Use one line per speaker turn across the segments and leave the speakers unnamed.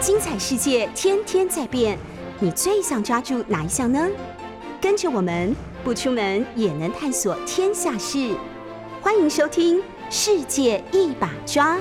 精彩世界天天在变，你最想抓住哪一项呢？跟着我们不出门也能探索天下事，欢迎收听《世界一把抓》。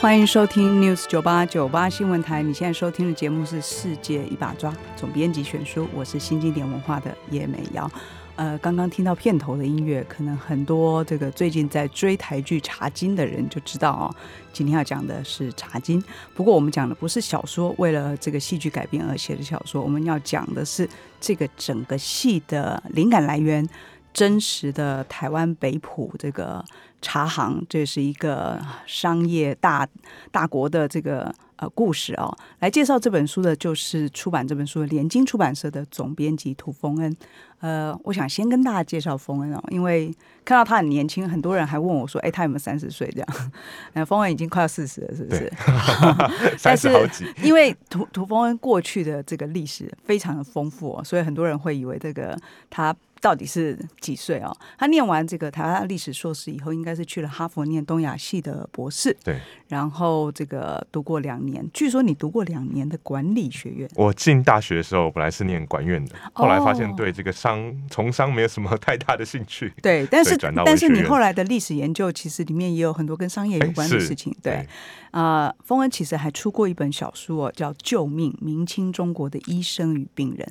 欢迎收听 News 九八九八新闻台。你现在收听的节目是《世界一把抓》，总编辑选书，我是新经典文化的叶美瑶。呃，刚刚听到片头的音乐，可能很多这个最近在追台剧《茶经》的人就知道哦，今天要讲的是《茶经》。不过我们讲的不是小说，为了这个戏剧改编而写的小说，我们要讲的是这个整个戏的灵感来源。真实的台湾北浦这个茶行，这是一个商业大大国的这个呃故事哦。来介绍这本书的就是出版这本书的联经出版社的总编辑涂峰恩。呃，我想先跟大家介绍峰恩哦，因为看到他很年轻，很多人还问我说：“哎，他有没有三十岁？”这样， 呃，峰恩已经快要四十了，是不是？
三十好几，
因为涂涂峰恩过去的这个历史非常的丰富、哦，所以很多人会以为这个他到底是几岁哦？他念完这个台湾历史硕士以后，应该是去了哈佛念东亚系的博士，
对
然后这个读过两年，据说你读过两年的管理学院，
我进大学的时候本来是念管院的，后来发
哦
现对这个商从商没有什么 太大的兴趣。
对，但是
转到
但是
文学
你
院
后来的历史研究其实里面也有很多跟商业有
哎
关的
是
事情，对。啊，丰恩其实还出过一本小说、哦，叫《救命：明清中国的医生与病人》。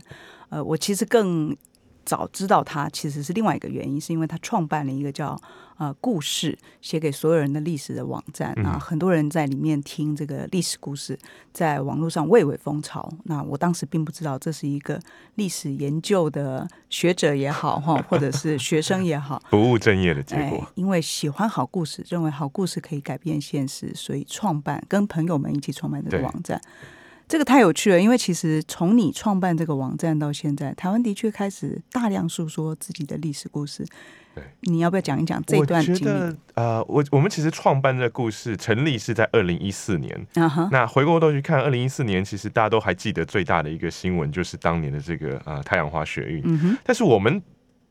呃，我其实更早知道他，其实是另外一个原因，是因为他创办了一个叫呃故事写给所有人的历史的网站啊，那很多人在里面听这个历史故事，在网络上蔚为风潮。那我当时并不知道这是一个历史研究的学者也好哈，或者是学生也好，
不务正业的结
哎，
果。
因为喜欢好故事，认为好故事可以改变现实，所以创办跟朋友们一起创办这个
对
网站。这个太有趣了，因为其实从你创办这个网站到现在，台湾的确开始大量诉说自己的历史故事。
对，
你要不要讲一讲这段经
我
历？
觉得呃，我我们其实创办这个故事成立是在二零一四年。
啊哈，
那回过头去看，二零一四年其实大家都还记得最大的一个新闻就是当年的这个呃太阳花学运。
嗯哼，
但是我们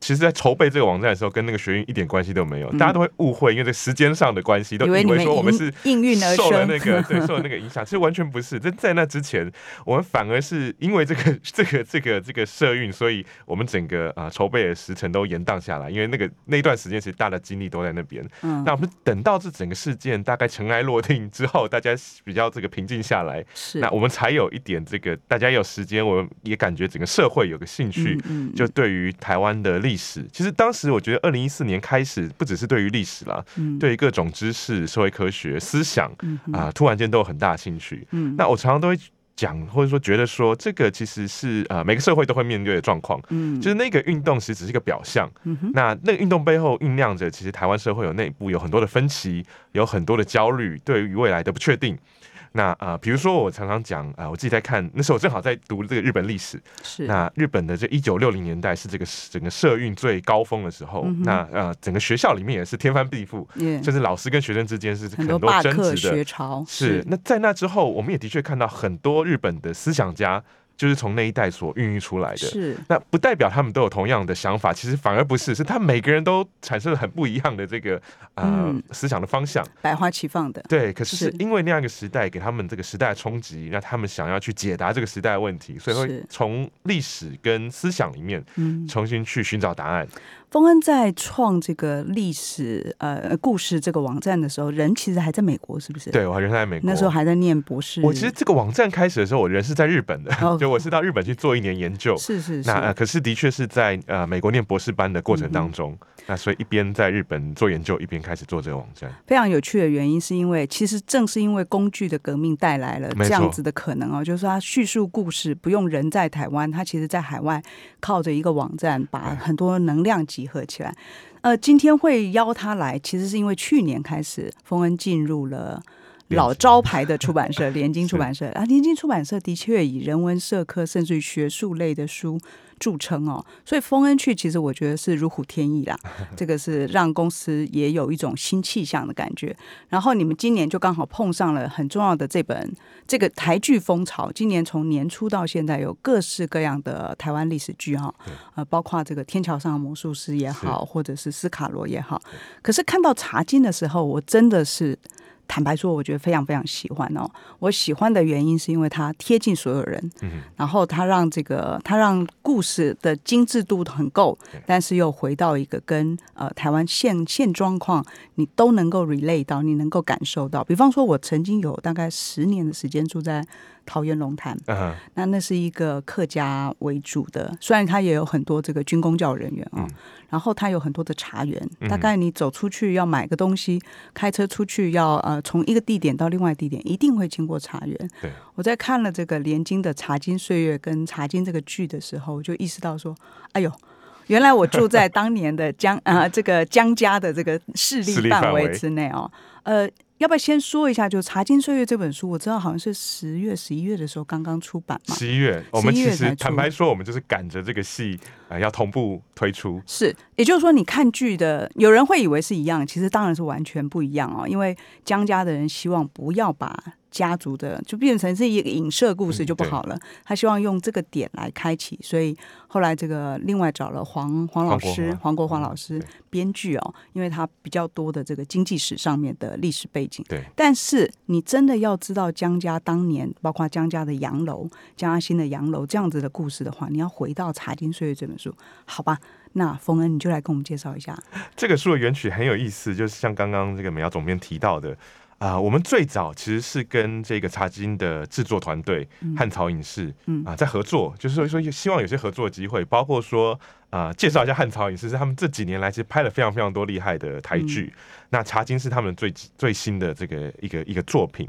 其实，在筹备这个网站的时候，跟那个学运一点关系都没有，
嗯
大家都会误会，因为这时间上的关系，都
以为
以
你
为说我们
应
是
应运而
受了那
生，
个 对受了那个影响，其实完全不是。在在那之前，我们反而是因为这个 这个这个这个社运，所以我们整个啊、呃筹备的时程都延宕下来，因为那个那段时间其实大家精力都在那边。
嗯
那，我们等到这整个事件大概尘埃落定之后，大家比较这个平静下来，
是
那我们才有一点这个大家有时间，我们也感觉整个社会有个兴趣。
嗯嗯
就对于台湾的历史，其实当时我觉得，二零一四年开始，不只是对于历史啦，
嗯
对于各种知识、社会科学、思想
嗯哼
啊、突然间都有很大的兴趣。
嗯
那我常常都会讲，或者说觉得说，这个其实是呃每个社会都会面对的状况，
嗯
就是那个运动其实只是一个表象。
嗯哼
那那个运动背后酝酿着，其实台湾社会有内部有很多的分歧，有很多的焦虑，对于未来的不确定。那呃，比如说我常常讲啊、呃我自己在看，那时候我正好在读这个日本历史，
是
那日本的这一九六零年代是这个整个社运最高峰的时候，
嗯哼
那呃整个学校里面也是天翻地覆，
耶
甚至老师跟学生之间是
很
很
多
多
罢
争
课
执的。
学潮
是，那在那之后，我们也的确看到很多日本的思想家，就是从那一代所孕育出来的。
是
那不代表他们都有同样的想法，其实反而不是，是他每个人都产生了很不一样的这个呃、
嗯
思想的方向。
百花齐放的，
对，可是
是
是因为那样一个时代给他们这个时代的冲击，让他们想要去解答这个时代的问题，所以
是
会从历史跟思想里面
嗯。
重新去寻找答案。
丰恩在创这个历史呃故事这个网站的时候，人其实还在美国，是不是？，
对我人在美国
那时候还在念博士。
我其实这个网站开始的时候，我人是在日本的，
哦
就我是到日本去做一年研究。
是是是嗯
那、呃、可是的确是在呃美国念博士班的过程当中，那所以一边在日本做研究，一边开始做这个网站。
非常有趣的原因，是因为其实正是因为工具的革命带来了
没
这
错
样子的可能哦，就是说它叙述故事不用人在台湾，它其实在海外靠着一个网站
哎
把很多能量集合起来。呃，今天会邀他来，其实是因为去年开始，丰恩进入了。老招牌的出版社联经出版社啊，联经出版社的确以人文社科甚至于学术类的书著称哦，所以丰恩去其实我觉得是如虎添翼啦，这个是让公司也有一种新气象的感觉。然后你们今年就刚好碰上了很重要的这本这个台剧风潮，今年从年初到现在有各式各样的台湾历史剧哈、呃，包括这个《天桥上的魔术师》也好，或者是《斯卡罗》也好。可是看到《茶经》的时候，我真的是坦白说，我觉得非常非常喜欢哦。我喜欢的原因是因为它贴近所有人，
嗯
然后它让这个它让故事的精致度很够，但是又回到一个跟呃台湾现现状况你都能够 relate 到，你能够感受到。比方说，我曾经有大概十年的时间住在桃园龙潭，
嗯哼
那那是一个客家为主的，虽然它也有很多这个军工教人员啊、
嗯
然后它有很多的茶园，
嗯
大概你走出去要买个东西，开车出去要呃从一个地点到另外地点，一定会经过茶园。
对，
我在看了这个连经的《茶经岁月》跟《茶经》这个剧的时候，我就意识到说，哎呦。原来我住在当年的江啊，这个江家的这个势
势力
力
范
范围
围
之内哦。呃，要不要先说一下，就《茶经岁月》这本书，我知道好像是十月、十一月的时候刚刚出版嘛。
十一月，我们
11月
其
才
实
出
坦白说，我们就是赶着这个戏啊、呃要同步推出。
是，也就是说，你看剧的，有人会以为是一样，其实当然是完全不一样哦。因为江家的人希望不要把家族的就变成是一个影射故事
嗯
就不好了，他希望用这个点来开启，所以后来这个另外找了黄黄老
黄国
师、
华嗯
黄国华老师
对
编剧哦，因为他比较多的这个经济史上面的历史背景。
对，
但是你真的要知道江家当年，包括江家的洋楼、江家新的洋楼这样子的故事的话，你要回到《茶经岁月》这本书，好吧？那冯恩，你就来跟我们介绍一 下。
这个书的原曲很有意思，就是像刚刚这个美瑶总编提到的啊、我们最早其实是跟这个茶金的制作团队汉朝影视啊、
嗯
在合作，就是说说希望有些合作的机会，包括说啊、介绍一下汉朝影视是他们这几年来其实拍了非常非常多厉害的台剧，
嗯
那茶金是他们最最新的这个一个一个作品。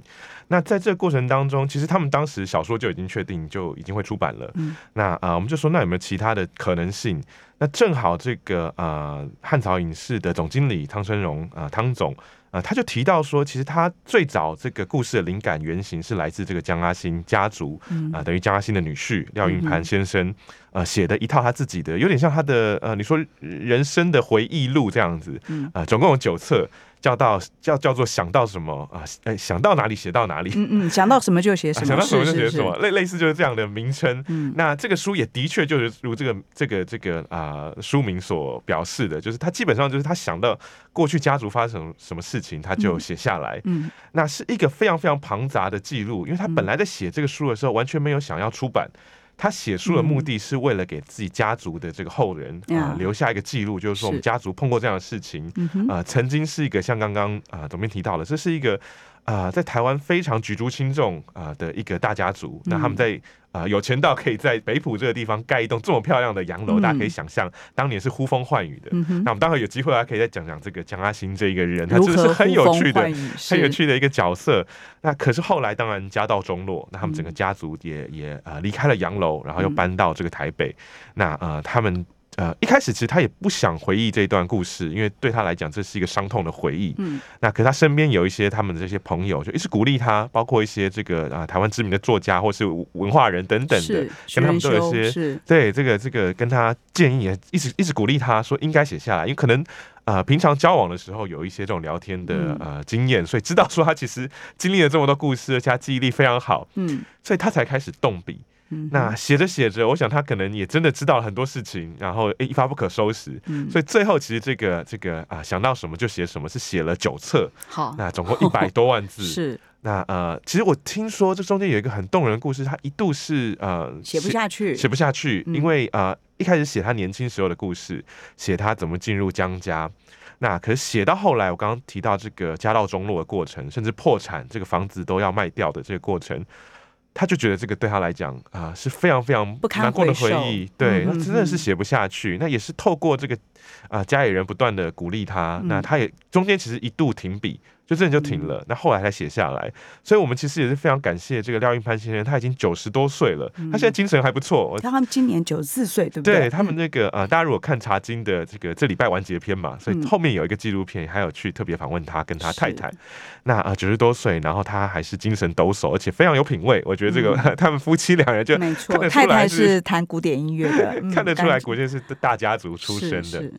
那在这个过程当中，其实他们当时小说就已经确定就已经会出版了，
嗯
那啊、我们就说那有没有其他的可能性？那正好这个呃汉朝影视的总经理汤生荣啊、呃汤总啊、呃他就提到说，其实他最早这个故事的灵感原型是来自这个江阿新家族
嗯
啊、呃等于江阿新的女婿廖云
嗯
盘先生呃写的一套他自己的，有点像他的呃你说人生的回忆录这样子
嗯
啊、呃总共有九册。叫到叫叫做想到什么啊？呃、想到哪里写到哪里，
嗯嗯，想到什么就写什么，
啊想到什么就是写
是
什么，
是
类类似就是这样的名称。
嗯
那这个书也的确就是如这个这个这个啊、书名所表示的，就是他基本上就是他想到过去家族发生什么事情，他就写下来。
嗯
那是一个非常非常庞杂的记录，因为他本来在写这个书的时候完全没有想要出版。他写书的目的是为了给自己家族的这个后人啊、
嗯呀
留下一个记录，就是说我们
是
家族碰过这样的事情，
嗯哼，
呃，曾经是一个像刚刚啊总编提到的，这是一个啊、呃在台湾非常举足轻重啊、呃的一个大家族。那
嗯
他们在啊、呃有钱到可以在北浦这个地方盖一栋这么漂亮的洋楼，
嗯
大家可以想象当年是呼风唤雨的。
嗯哼
那，我们待会有机会啊，可以再讲讲这个江阿新这一个人，他
如
真的是
何
很
呼
有
风
趣的
唤雨
很有
是
趣的一个角色。那可是后来当然家道中落，那他们整个家族也、也呃离开了洋楼，然后又
嗯
搬到这个台北。那呃他们呃一开始其实他也不想回忆这段故事，因为对他来讲这是一个伤痛的回忆。
嗯
那可是他身边有一些他们的这些朋友就一直鼓励他，包括一些这个啊、呃台湾知名的作家或是文化人等等的
是。
跟他们都有
选修
些
是
对这个这个跟他建议也一直一直鼓励他说应该写下来，因为可能呃平常交往的时候有一些这种聊天的
嗯
呃经验，所以知道说他其实经历了这么多故事，而且他记忆力非常好，
嗯
所以他才开始动笔。
嗯哼，
那写着写着，我想他可能也真的知道了很多事情，然后诶一发不可收拾。
嗯
所以最后其实这个这个啊、想到什么就写什么，是写了九册，
好
那总共一百多 万字。
哦是
那呃，其实我听说这中间有一个很动人的故事，他一度是呃
写不
下。
下去
写不下去，
嗯
因为呃一开始写他年轻时候的故事，写他怎么进入江家。那可是写到后来，我刚刚提到这个家道中落的过程，甚至破产，这个房子都要卖掉的这个过程，他就觉得这个对他来讲啊、是非常非常
不堪
难过的
回
回
首
忆。
嗯
对，那
嗯
真的是
嗯
写不下去。那也呃是透过这个啊、家里人不断的鼓励他，
嗯
那他也中间其实一度停笔，就真的就停了。那、后来才写下来，所以我们其实也是非常感谢这个廖印潘先生，他已经九十多岁了，
嗯
他现在精神还不错。我
他们今年九十四岁，对不
对
对？嗯
他们那个呃，大家如果看茶经的这个这礼拜完结篇嘛，所以
嗯
后面有一个纪录片，还有去特别访问他跟他太太
是。
那啊，九、十多岁，然后他还是精神抖擞，而且非常有品味。我觉得这个、 他们夫妻两人就
嗯没
看
错，
得出
太
来
太
是
是弹古典音乐 的，嗯
看得出来，
感
果真是大家族出身的。
是是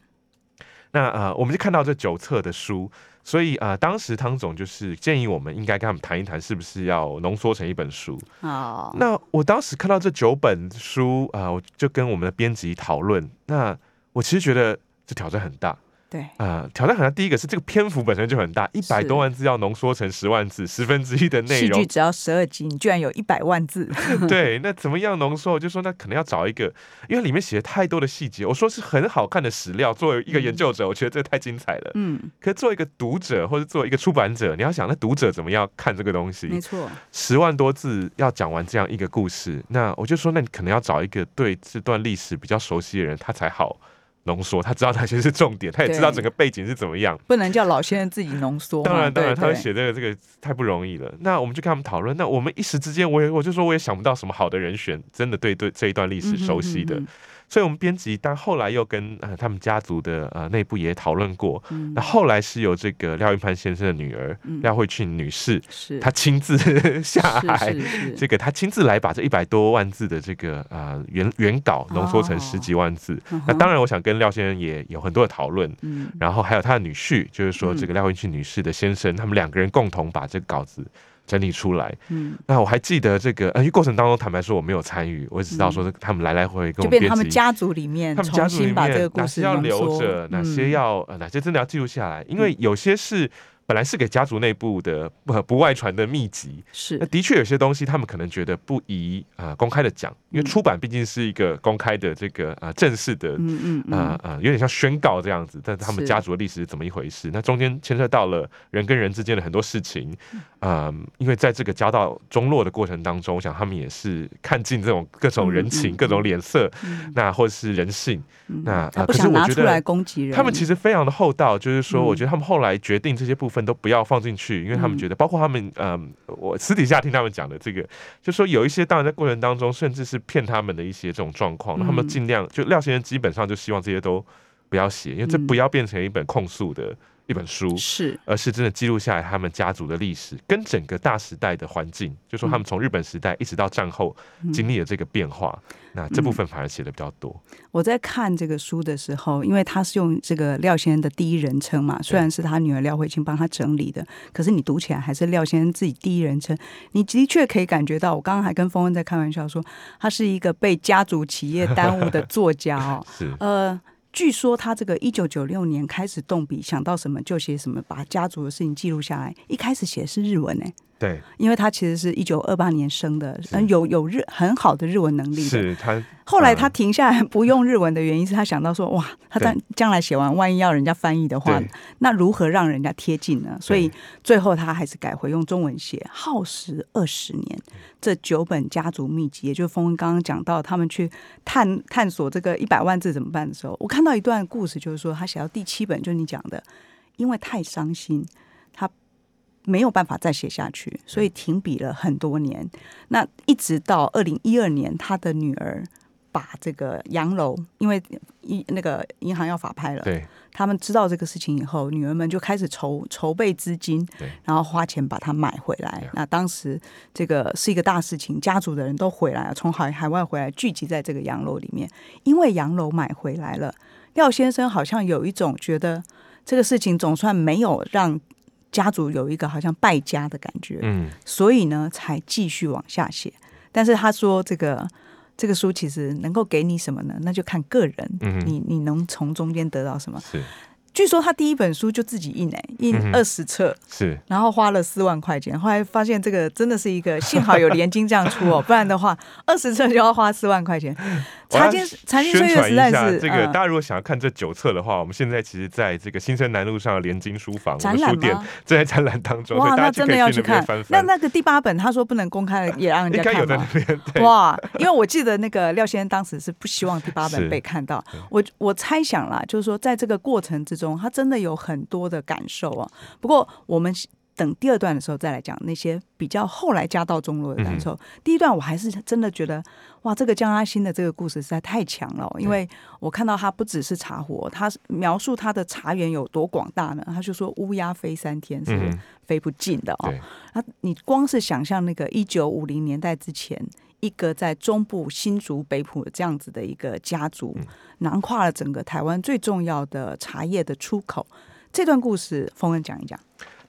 那呃，我们就看到这九册的书，所以呃，当时汤总就是建议我们应该跟他们谈一谈，是不是要浓缩成一本书。
哦，
那我当时看到这九本书啊、呃我就跟我们的编辑讨论。那我其实觉得这挑战很大
对，
啊、呃挑战很大。第一个是这个篇幅本身就很大，一百
是
多万字要浓缩成十万字，十分之一的内
戏
容
剧， 只要十二集，你居然有一百万字，
对，那怎么样浓缩？我就说那可能要找一个，因为里面写了太多的细节。我说是很好看的史料，作为一个研究者，我觉得这太精彩了。
嗯，
可是作为一个读者或者作为一个出版者，你要想那读者怎么样看这个东
没
西？
错，
十万多字要讲完这样一个故事，那我就说，那你可能要找一个对这段历史比较熟悉的人，他才好浓缩，他知道哪些是重点，他也知道
对
整个背景是怎么样。
不能叫老先生自己浓缩嘛，
当然，当然，
对
他会
对
写这个这个太不容易了。那我们就跟他们讨论。那我们一时之间，我也我就说我也想不到什么好的人选，真的对对这一段历史熟悉的。
嗯哼
所以我们编辑，但后来又跟呃他们家族的呃内部也讨论过。
嗯
那后来是由这个廖云潘先生的女儿
嗯
廖慧庆女士，
是
她亲自 下海。
是是
哎这
是，
个她亲自来把这一百多万字的这个呃原原
哦
稿浓缩成十几万字，那当
然，
然我想跟廖先生也有很多的讨论，
嗯，
然后还有他的女婿，就是说
嗯
这个廖文庆女士的先生，他们两个人共同把这个稿子整理出来。
嗯，
那我还记得这个，呃，因为过程当中坦白说我没有参与，我只知道说他们来来回回
嗯就
跟我们
变
编
他们
辑。
家族里面
他们
重
家族里
新把这个
面哪
故
些
事
要
浓
留
缩
着，哪些
嗯
要呃哪些真的要记录下来，因为有些是本来是给家族内部的不不外传的秘籍，
是
那的确有些东西他们可能觉得不宜啊、呃公开的讲，因为
嗯
出版毕竟是一个公开的这个啊、呃正式的
嗯嗯
啊
嗯，
啊，有点像宣告这样子，但他们
是
家族的历史是怎么一回事？那中间牵涉到了人跟人之间的很多事情，
嗯
啊、因为在这个交到中落的过程当中，我想他们也是看尽这种各种人
嗯
情、
嗯嗯
各种脸色，
嗯
那或是人性，
嗯
那
他
呃
不
可是
想
我
拿
觉
出
得
来攻击人，
他们其实非常的厚道，就是说，
嗯
我觉得他们后来决定这些部分都不要放进去，因为他们
嗯
觉得，包括他们，嗯、我私底下听他们讲的这个，就说有一些当然在过程当中，甚至是骗他们的一些这种状况，那他们
嗯
尽量就廖先生基本上就希望这些都不要写，因为这
嗯
不要变成一本控诉的一本书。
是
而是真的记录下来他们家族的历史，跟整个大时代的环境，就说他们从日本时代一直到战后
嗯
经历了这个变化，那这部分反而写的比较多。
我在看这个书的时候，因为他是用这个廖先生的第一人称嘛，虽然是他女儿廖慧清帮他整理的，可是你读起来还是廖先生自己第一人称，你的确可以感觉到。我刚刚还跟峰恩在开玩笑说，他是一个被家族企业耽误的作家哦。
是，
呃，据说他这个一九九六年开始动笔，想到什么就写什么，把家族的事情记录下来。一开始写的是日文呢、欸
对，
因为他其实是一九二八年生的，
是
嗯，有有日很好的日文能力的。
是他
后来他停下来不用日文的原因是他想到说，哇，他将将来写完，万一要人家翻译的话
对，
那如何让人家贴近呢？所以最后他还是改回用中文写，耗时二十年。这九本家族秘籍，也就是峰文刚刚讲到，他们去探探索这个一百万字怎么办的时候，我看到一段故事，就是说他写到第七本，就是你讲的，因为太伤心，他没有办法再写下去，所以停笔了很多年。那一直到二零一二年，他的女儿把这个洋楼，因为一那个银行要法拍了，
对。
他们知道这个事情以后，女儿们就开始筹筹备资金
对，
然后花钱把它买回来。
Yeah
那当时这个是一个大事情，家族的人都回来了，从海海外回来聚集在这个洋楼里面，因为洋楼买回来了，廖先生好像有一种觉得这个事情总算没有让家族有一个好像败家的感觉，
嗯，
所以呢才继续往下写。但是他说这个。这个书其实能够给你什么呢？那就看个人，
嗯哼
你你能从中间得到什么？
是
据说他第一本书就自己印哎、
嗯哼
印二十册，
是，
然后花了四万块钱。后来发现这个真的是一个，幸好有联经这样 出哦，不然的话二十册就要花四万块钱。
我要
茶间茶间岁
宣
月
传一
实在
下
是
这个，
嗯
大家如果想要看这九册的话，我们现在其实在这个新生南路上的联经书房我
展
们
览
书店
吗
正在展览当中，所
哇，
以
那
大家
真的要
去
去
可以那
看
边翻。
那
翻。
那个第八本他说不能公开了，也让人
应
家
该有
看哦
在
吗
那？边， 对，
哇，因为我记得那个廖先生当时是不希望第八
是
本被看到
对，
我我猜想啦，就是说在这个过程之中，它真的有很多的感受哦。不过我们等第二段的时候再来讲那些比较后来家道中落的感受。
嗯
第一段我还是真的觉得，哇，这个江阿新的这个故事实在太强了哦、因为我看到他不只是茶壶哦，他描述他的茶园有多广大呢？他就说乌鸦飞三天
嗯
是
哼
飞不尽的哦
对。
那你光是想象那个一九五零年代之前，一个在中部新竹北埔这样子的一个家族，
嗯
囊括了整个台湾最重要的茶叶的出口。这段故事，峰恩讲一讲。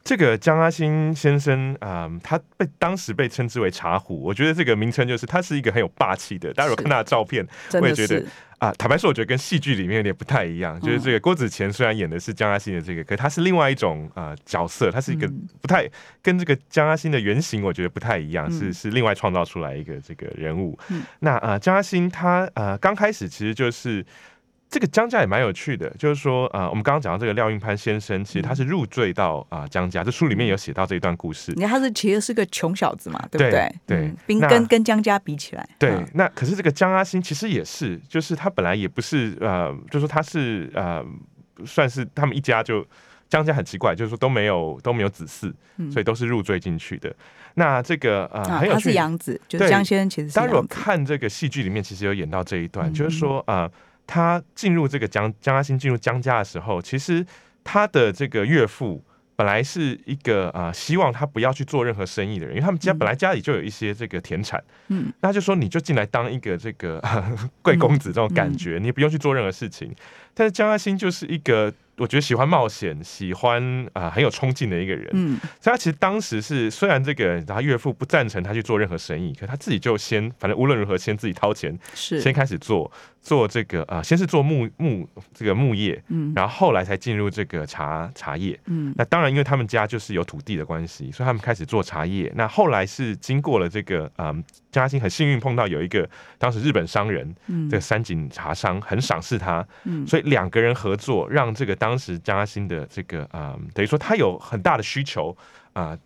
这个江阿新先生啊、嗯他被当时被称之为茶壶，我觉得这个名称就是他是一个很有霸气的。大家有
是
看他的照片
真
我
的
也觉得
是，
啊，坦白说，我觉得跟戏剧里面有点不太一样。就是
嗯
这个郭子乾虽然演的是江阿新的这个，可他是另外一种啊角色，他是一个
嗯
不太跟这个江阿新的原型，我觉得不太一样，
嗯
是是另外创造出来一个这个人物。
嗯
那啊、呃江阿新他呃刚开始其实就是。这个江家也蛮有趣的，就是说，呃，我们刚刚讲到这个廖运潘先生，其
嗯
实他是入赘到啊、呃江家，这书里面有写到这一段故事。
你看他是其实是个穷小子嘛，对不
对
对？
对
嗯冰
那
跟跟江家比起来，
对
嗯，
那可是这个江阿星其实也是，就是他本来也不是呃，就说他是呃，算是他们一家就江家很奇怪，就是说都没有都没有子嗣，
嗯
所以都是入赘进去的。那这个呃、
啊，
很有
他
趣
是
的
养子，就是
对
江先生其实是
大家如果
养子。
看这个戏剧里面，其实有演到这一段，
嗯
就是说啊、呃他进入这个江江阿星进入江家的时候，其实他的这个岳父。本来是一个啊、呃希望他不要去做任何生意的人，因为他们家
嗯
本来家里就有一些这个田产，
嗯，
那他就说你就进来当一个这个 贵公子这种感
嗯
觉，你也不用去做任何事情。但是江阿星就是一个我觉得喜欢冒险、喜欢啊、很有冲劲的一个人，
嗯，
所以他其实当时是虽然这个他岳父不赞成他去做任何生意，可他自己就先反正无论如何先自己掏钱，
是，
先开始做做这个啊、先是做木木这个木业，
嗯
然后后来才进入这个茶茶叶。
嗯
那当然，因为他们家就是有土地的关系，所以他们开始做茶叶。那后来是经过了这个，嗯，嘉兴很幸运碰到有一个当时日本商人，
嗯
这个三井茶商很赏识他，
嗯
所以两个人合作，让这个当时嘉兴的这个，嗯，等于说他有很大的需求啊、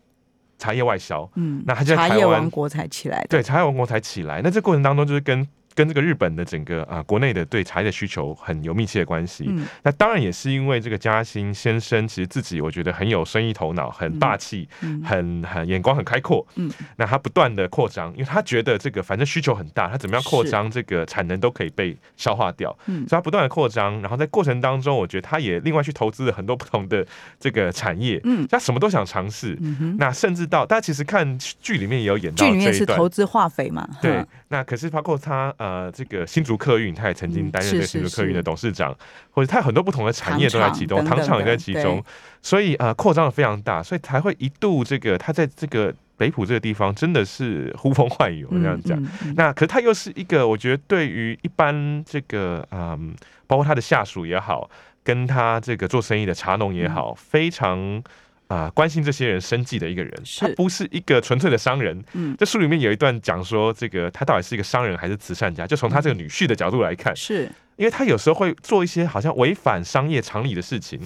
茶叶外销，
嗯
那他就在
茶
台
叶
湾
王国才起来的，
对，茶叶王国才起来。那这过程当中，就是跟跟这个日本的整个啊、国内的对茶叶的需求很有密切的关系。
嗯
那当然也是因为这个嘉兴先生，其实自己我觉得很有生意头脑，很霸气，
嗯
很很眼光很开阔。
嗯，
那他不断的扩张，因为他觉得这个反正需求很大，他怎么样扩张这个产能都可以被消化掉，
嗯
所以他不断的扩张。然后在过程当中，我觉得他也另外去投资了很多不同的这个产业，
嗯
他什么都想尝试。
嗯哼，
那甚至到，大家其实看剧里面也有演到
剧里面
这
是
一段，
投资化肥嘛，
对
嗯，
那可是包括他呃，这个新竹客运，他也曾经
嗯
担任
是
这个
是
新竹客运
是
的董事长，或者他有很多不同的产业都在其中，
糖
糖
厂
厂也在
等等的
其中，所以呃，扩张的非常大，所以才会一度这个他在这个北浦这个地方真的是呼风唤雨，我这样讲。
嗯嗯嗯
那可是他又是一个，我觉得对于一般这个嗯，包括他的下属也好，跟他这个做生意的茶农也
嗯
好，非常啊、关心这些人生计的一个人。
是
他不是一个纯粹的商人。
嗯
这书里面有一段讲说，这个他到底是一个商人还是慈善家，就从他这个女婿的角度来看，
是
因为他有时候会做一些好像违反商业常理的事情，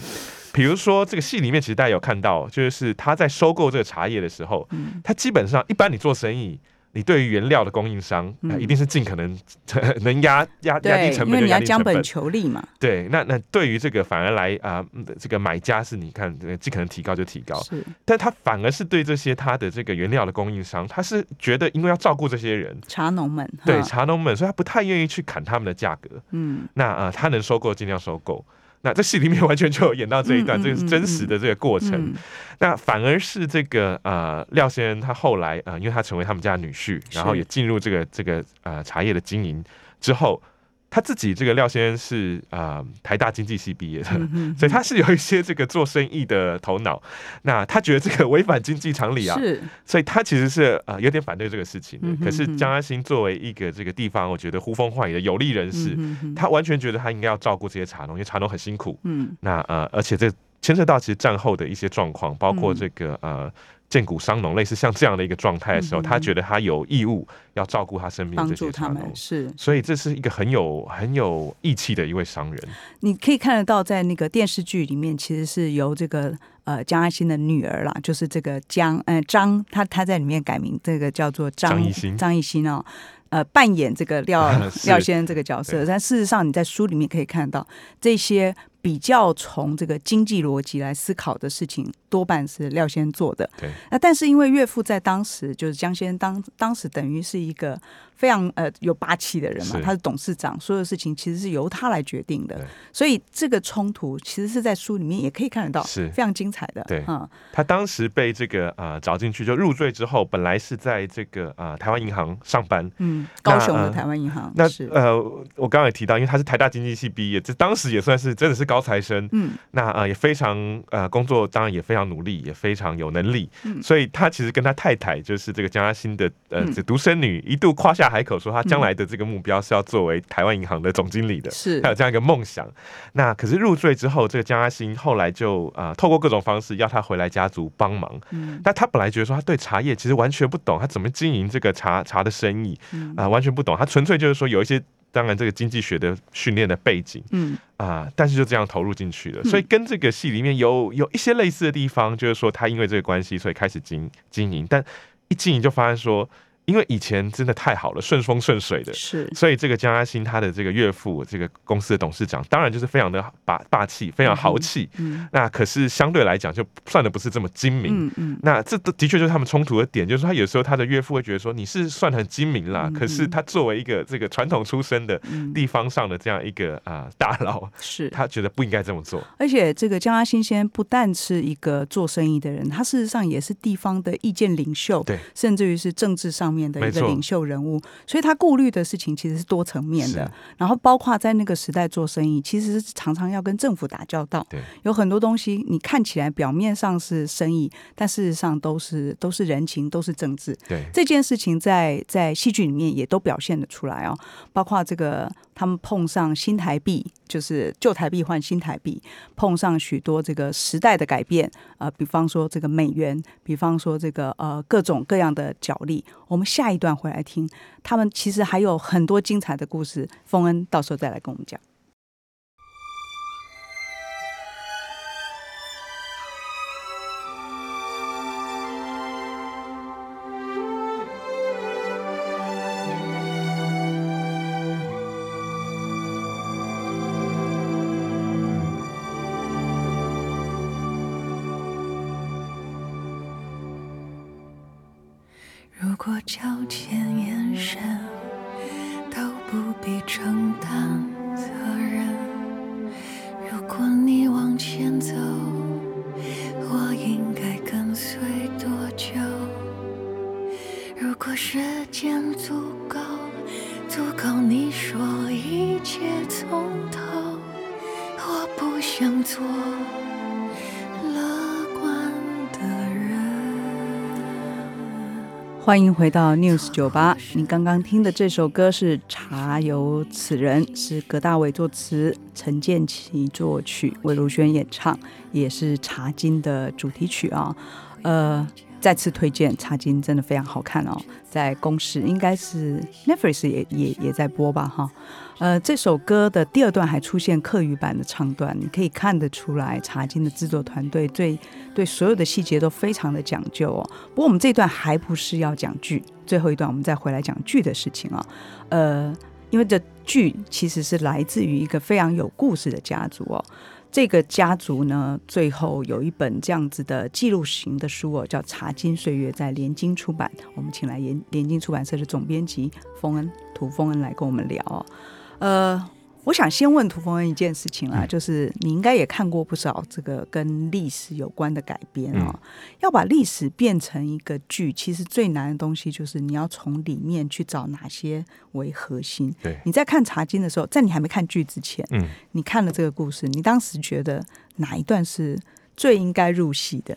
比如说这个戏里面其实大家有看到，就是他在收购这个茶叶的时候，
嗯
它基本上一般你做生意，你对于原料的供应商，
嗯
呃一定是尽可能 能压压压低
对，
成
因为
本就
你
压
要
低成
将
本
本。求利嘛，
对，那那对于这个反而来啊、嗯这个买家是你看呃尽可能提高就提高，
是
但他反而是对这些他的这个原料的供应商，他是觉得因为要照顾这些人，
茶农们哈
对茶农们，所以他不太愿意去砍他们的价格。
嗯
那啊、呃他能收购尽量收购。那这戏里面完全就有演到这一段，
嗯嗯
这个是真实的这个过程。
嗯
那反而是这个呃廖先生他后来呃，因为他成为他们家的女婿，
是
然后也进入这个这个呃茶叶的经营之后，他自己这个廖先生是呃台大经济系毕业的。
嗯嗯
所以他是有一些这个做生意的头脑，那他觉得这个违反经济常理啊，
是
所以他其实是呃有点反对这个事情的。
嗯哼
可是
哼
江阿新作为一个这个地方我觉得呼风唤雨的有利人士，
嗯嗯嗯
他完全觉得他应该要照顾这些茶农，因为茶农很辛苦，
嗯
那呃，而且这牵涉到其实战后的一些状况，包
嗯
括这个、呃建股商农，类似像这样的一个状态的时候，
嗯哼
他觉得他有义务要照顾他身边
帮
这些
助
茶
他
农
们。是
所以这是一个很有很有义气的一位商人，
你可以看得到，在那个电视剧里面，其实是由这个呃江爱新的女儿啦，就是这个江呃张，她她在里面改名，这个叫做张
张艺兴
张艺兴哦。呃扮演这个廖
是
廖先生这个角色，但事实上你在书里面可以看到，这些比较从这个经济逻辑来思考的事情，多半是廖先生做的。
对，
那但是因为岳父在当时就是江先生当当时等于是一个非常呃有霸气的人嘛
是，
他是董事长，所有事情其实是由他来决定
对
的，所以这个冲突其实是在书里面也可以看得到，
是
非常精彩的。
对
嗯，
他当时被这个啊找进去，就入赘之后，本来是在这个啊、台湾银行上班。
嗯，高雄
那呃
的台湾银行
那
是，
呃，我刚刚也提到，因为他是台大经济系毕业，这当时也算是真的是高材生。
嗯，
那呃也非常呃工作，当然也非常努力，也非常有能力，
嗯
所以他其实跟他太太就是这个江嘉欣的呃
嗯
这独生女，一度夸下海口说她将来的这个目标是要作为台湾银行的总经理的。
是
她有这样一个梦想，那可是入赘之后，这个江嘉欣后来就啊、呃透过各种方式要她回来家族帮忙。
嗯
那她本来觉得说她对茶叶其实完全不懂，她怎么经营这个茶茶的生意
嗯
啊、完全不懂。她纯粹就是说有一些当然这个经济学的训练的背景，
嗯
啊、但是就这样投入进去了，
嗯
所以跟这个戏里面有有一些类似的地方，就是说他因为这个关系，所以开始经经营，但一经营就发现说，因为以前真的太好了，顺风顺水的，
是
所以这个江嘉欣他的这个岳父，这个公司的董事长，当然就是非常的霸霸气，非常豪气，
嗯
那可是相对来讲就算的不是这么精明，
嗯嗯
那这的的确就是他们冲突的点，就是说他有时候他的岳父会觉得说你是算很精明啦，
嗯
可是他作为一个这个传统出身的
嗯，
地方上的这样一个啊、大佬，
是
他觉得不应该这么做，
而且这个江阿新先生不但是一个做生意的人，他事实上也是地方的意见领袖，
对，
甚至于是政治上面的
没
一个
错
领袖人物，所以他顾虑的事情其实是多层面的
是。
然后包括在那个时代做生意，其实是常常要跟政府打交道，
对，
有很多东西你看起来表面上是生意，但事实上都是都是人情，都是政治。
对，
这件事情在在戏剧里面也都表现得出来哦，包括这个他们碰上新台币，就是旧台币换新台币，碰上许多这个时代的改变，呃，比方说这个美元，比方说这个呃各种各样的角力，我们下一段回来听，他们其实还有很多精彩的故事，丰恩到时候再来跟我们讲。
如果交浅眼神，都不必承担责任。如果你往前走，我应该跟随多久？如果时间足够，足够你说一切从头，我不想做。乐观的人。
欢迎回到 News 酒吧。你刚刚听的这首歌是《茶有此人》，是葛大为作词，陈建奇作曲，魏如萱演唱，也是《茶经》的主题曲啊、呃，再次推荐《茶经》，真的非常好看哦，在公视应该是 Netflix 也也也在播吧哈。呃，这首歌的第二段还出现客语版的唱段，你可以看得出来，《茶经》的制作团队对对所有的细节都非常的讲究哦。不过我们这一段还不是要讲剧，最后一段我们再回来讲剧的事情啊、呃，因为这剧其实是来自于一个非常有故事的家族哦。这个家族呢，最后有一本这样子的记录型的书哦，叫《茶经岁月》，在联经出版。我们请来联联经出版社的总编辑冯恩涂冯恩来跟我们聊哦。呃，我想先问涂冯恩一件事情啦，就是你应该也看过不少这个跟历史有关的改编哦。
嗯
要把历史变成一个剧，其实最难的东西就是你要从里面去找哪些为核心。
对
你在看《茶经》的时候，在你还没看剧之前，
嗯，
你看了这个故事，你当时觉得哪一段是最应该入戏的？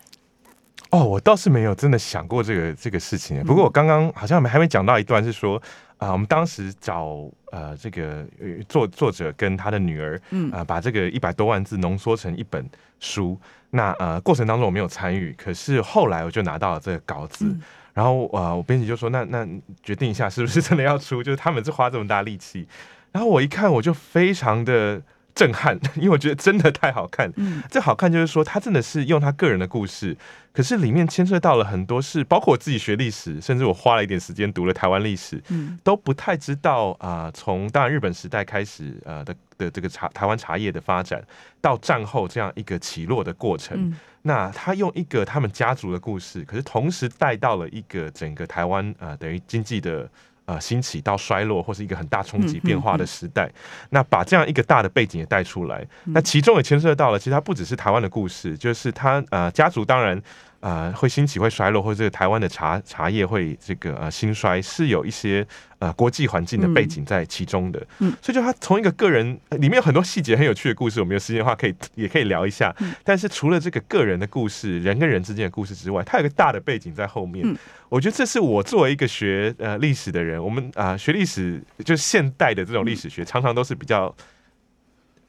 哦，我倒是没有真的想过这个这个事情耶，不过
嗯
我刚刚好像还没讲到一段是说啊、我们当时找呃这个呃作作者跟他的女儿，
嗯
啊、把这个一百多万字浓缩成一本书，那呃过程当中我没有参与，可是后来我就拿到了这个稿子。
嗯
然后呃，我编辑就说：“那那决定一下，是不是真的要出？就是他们是花这么大力气。”然后我一看，我就非常的震撼，因为我觉得真的太好看。
嗯
这好看就是说，他真的是用他个人的故事，可是里面牵涉到了很多事，包括我自己学历史，甚至我花了一点时间读了台湾历史，
嗯
都不太知道啊、呃从当然日本时代开始，呃的的这个茶台湾茶叶的发展，到战后这样一个起落的过程。
嗯
那他用一个他们家族的故事，可是同时带到了一个整个台湾啊、呃等于经济的。呃，兴起到衰落，或是一个很大冲
嗯
击
嗯嗯
变化的时代，那把这样一个大的背景也带出来，那其中也牵涉到了，其实它不只是台湾的故事，就是它呃家族当然呃会兴起会衰落，或者这个台湾的茶茶叶会这个呃兴衰，是有一些呃国际环境的背景在其中的。
嗯
所以就他从一个个人呃里面有很多细节很有趣的故事，我们有时间的话可以也可以聊一下。但是除了这个个人的故事，人跟人之间的故事之外，它有一个大的背景在后面。
嗯
我觉得这是我作为一个学呃历史的人，我们啊、学历史就是现代的这种历史学，常常都是比较。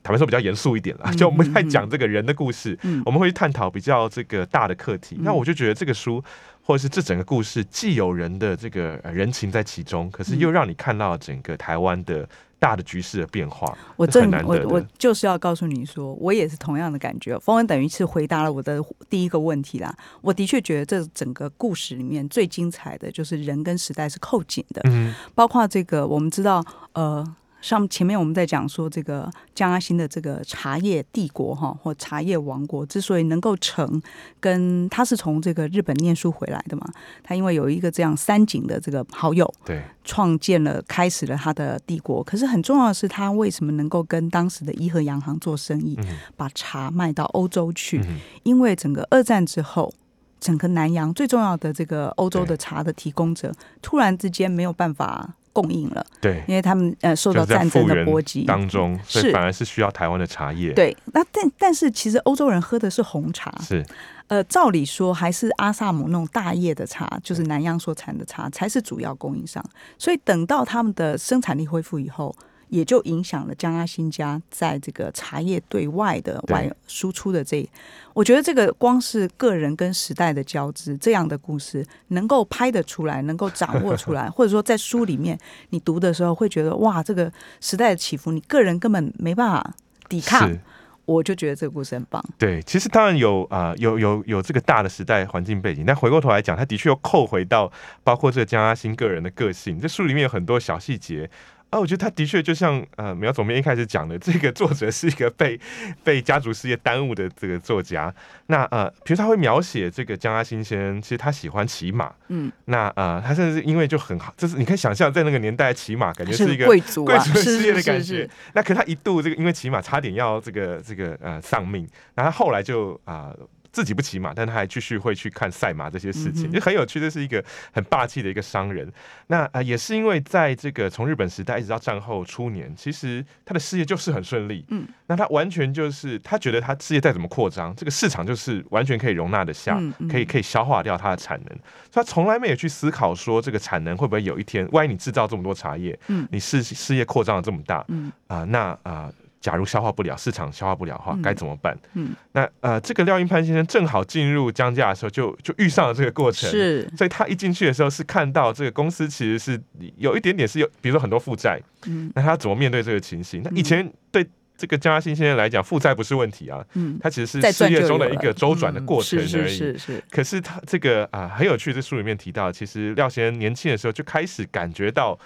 坦白说，比较严肃一点啦，
嗯
就我们不太
嗯嗯
讲这个人的故事，
嗯
我们会去探讨比较这个大的课题。
嗯
那我就觉得这个书，或者是这整个故事，既有人的这个呃人情在其中，可是
嗯
又让你看到整个台湾的大的局势的变化。
我
这很
正
难
我
得
我
的
就是要告诉你说，我也是同样的感觉。方文等于是回答了我的第一个问题啦。我的确觉得这整个故事里面最精彩的就是人跟时代是扣紧的，
嗯
包括这个我们知道，呃，上前面我们在讲说这个江阿新的这个茶叶帝国哈，或茶叶王国之所以能够成，跟他是从这个日本念书回来的嘛，他因为有一个这样三井的这个好友，
对，
创建了，开始了他的帝国。可是很重要的是，他为什么能够跟当时的伊和洋行做生意，
嗯
把茶卖到欧洲去？
嗯
因为整个二战之后，整个南洋最重要的这个欧洲的茶的提供者，突然之间没有办法供应了，
对，
因为他们呃受
就
到
是在
战争
复
的
原
波及。嗯
当中，所以
是
反而是需要台湾的茶叶。，
对，那但但是其实欧洲人喝的是红茶，
是
呃，照理说还是阿萨姆那种大叶的茶，就是南洋所产的茶，才是主要供应商。所以等到他们的生产力恢复以后，也就影响了江阿新家在这个茶叶对外的
对
外输出的这一。我觉得这个光是个人跟时代的交织这样的故事，能够拍得出来，能够掌握出来， 或者说在书里面你读的时候会觉得哇，这个时代的起伏，你个人根本没办法抵抗
是。，
我就觉得这个故事很棒。
对，其实当然有啊、呃有有有这个大的时代环境背景，但回过头来讲，它的确又扣回到包括这个江阿新个人的个性。这书里面有很多小细节啊，我觉得他的确就像呃苗总编一开始讲的，这个作者是一个被被家族事业耽误的这个作家。那呃，比如他会描写这个江阿新先生，其实他喜欢骑马，
嗯，
那呃，他甚至因为就很好，就是你可以想象在那个年代骑马，感觉是一个
贵族
贵
啊，
族
是
事业的
是
感觉。
是是，
那可他一度这个因为骑马差点要这个这个呃丧命，然后他后来就啊。呃自己不骑马，但他还继续会去看赛马这些事情，
嗯哼
就很有趣。这是一个很霸气的一个商人。那啊、呃也是因为在这个从日本时代一直到战后初年，其实他的事业就是很顺利。
嗯，
那他完全就是他觉得他事业再怎么扩张，这个市场就是完全可以容纳得下，
嗯嗯
可以可以消化掉它的产能。所以他从来没有去思考说这个产能会不会有一天，万一你制造这么多茶叶，
嗯
你事事业扩张了这么大，
嗯
啊、那啊、假如消化不了市场消化不了的话，
嗯
该怎么办？
嗯，
那呃，这个廖英潘先生正好进入江家的时候就，就遇上了这个过程。。
是，
所以他一进去的时候是看到这个公司其实是有一点点是有，比如说很多负债，
嗯
那他怎么面对这个情形？那以前对这个江嘉欣先生来讲，负债不是问题啊，
嗯，
他其实
再
是
赚
事
就有
业中的
了
一个周转的过程而
嗯
已。
是是是是，
可是他这个啊、很有趣，这书里面提到，其实廖先生年轻的时候就开始感觉到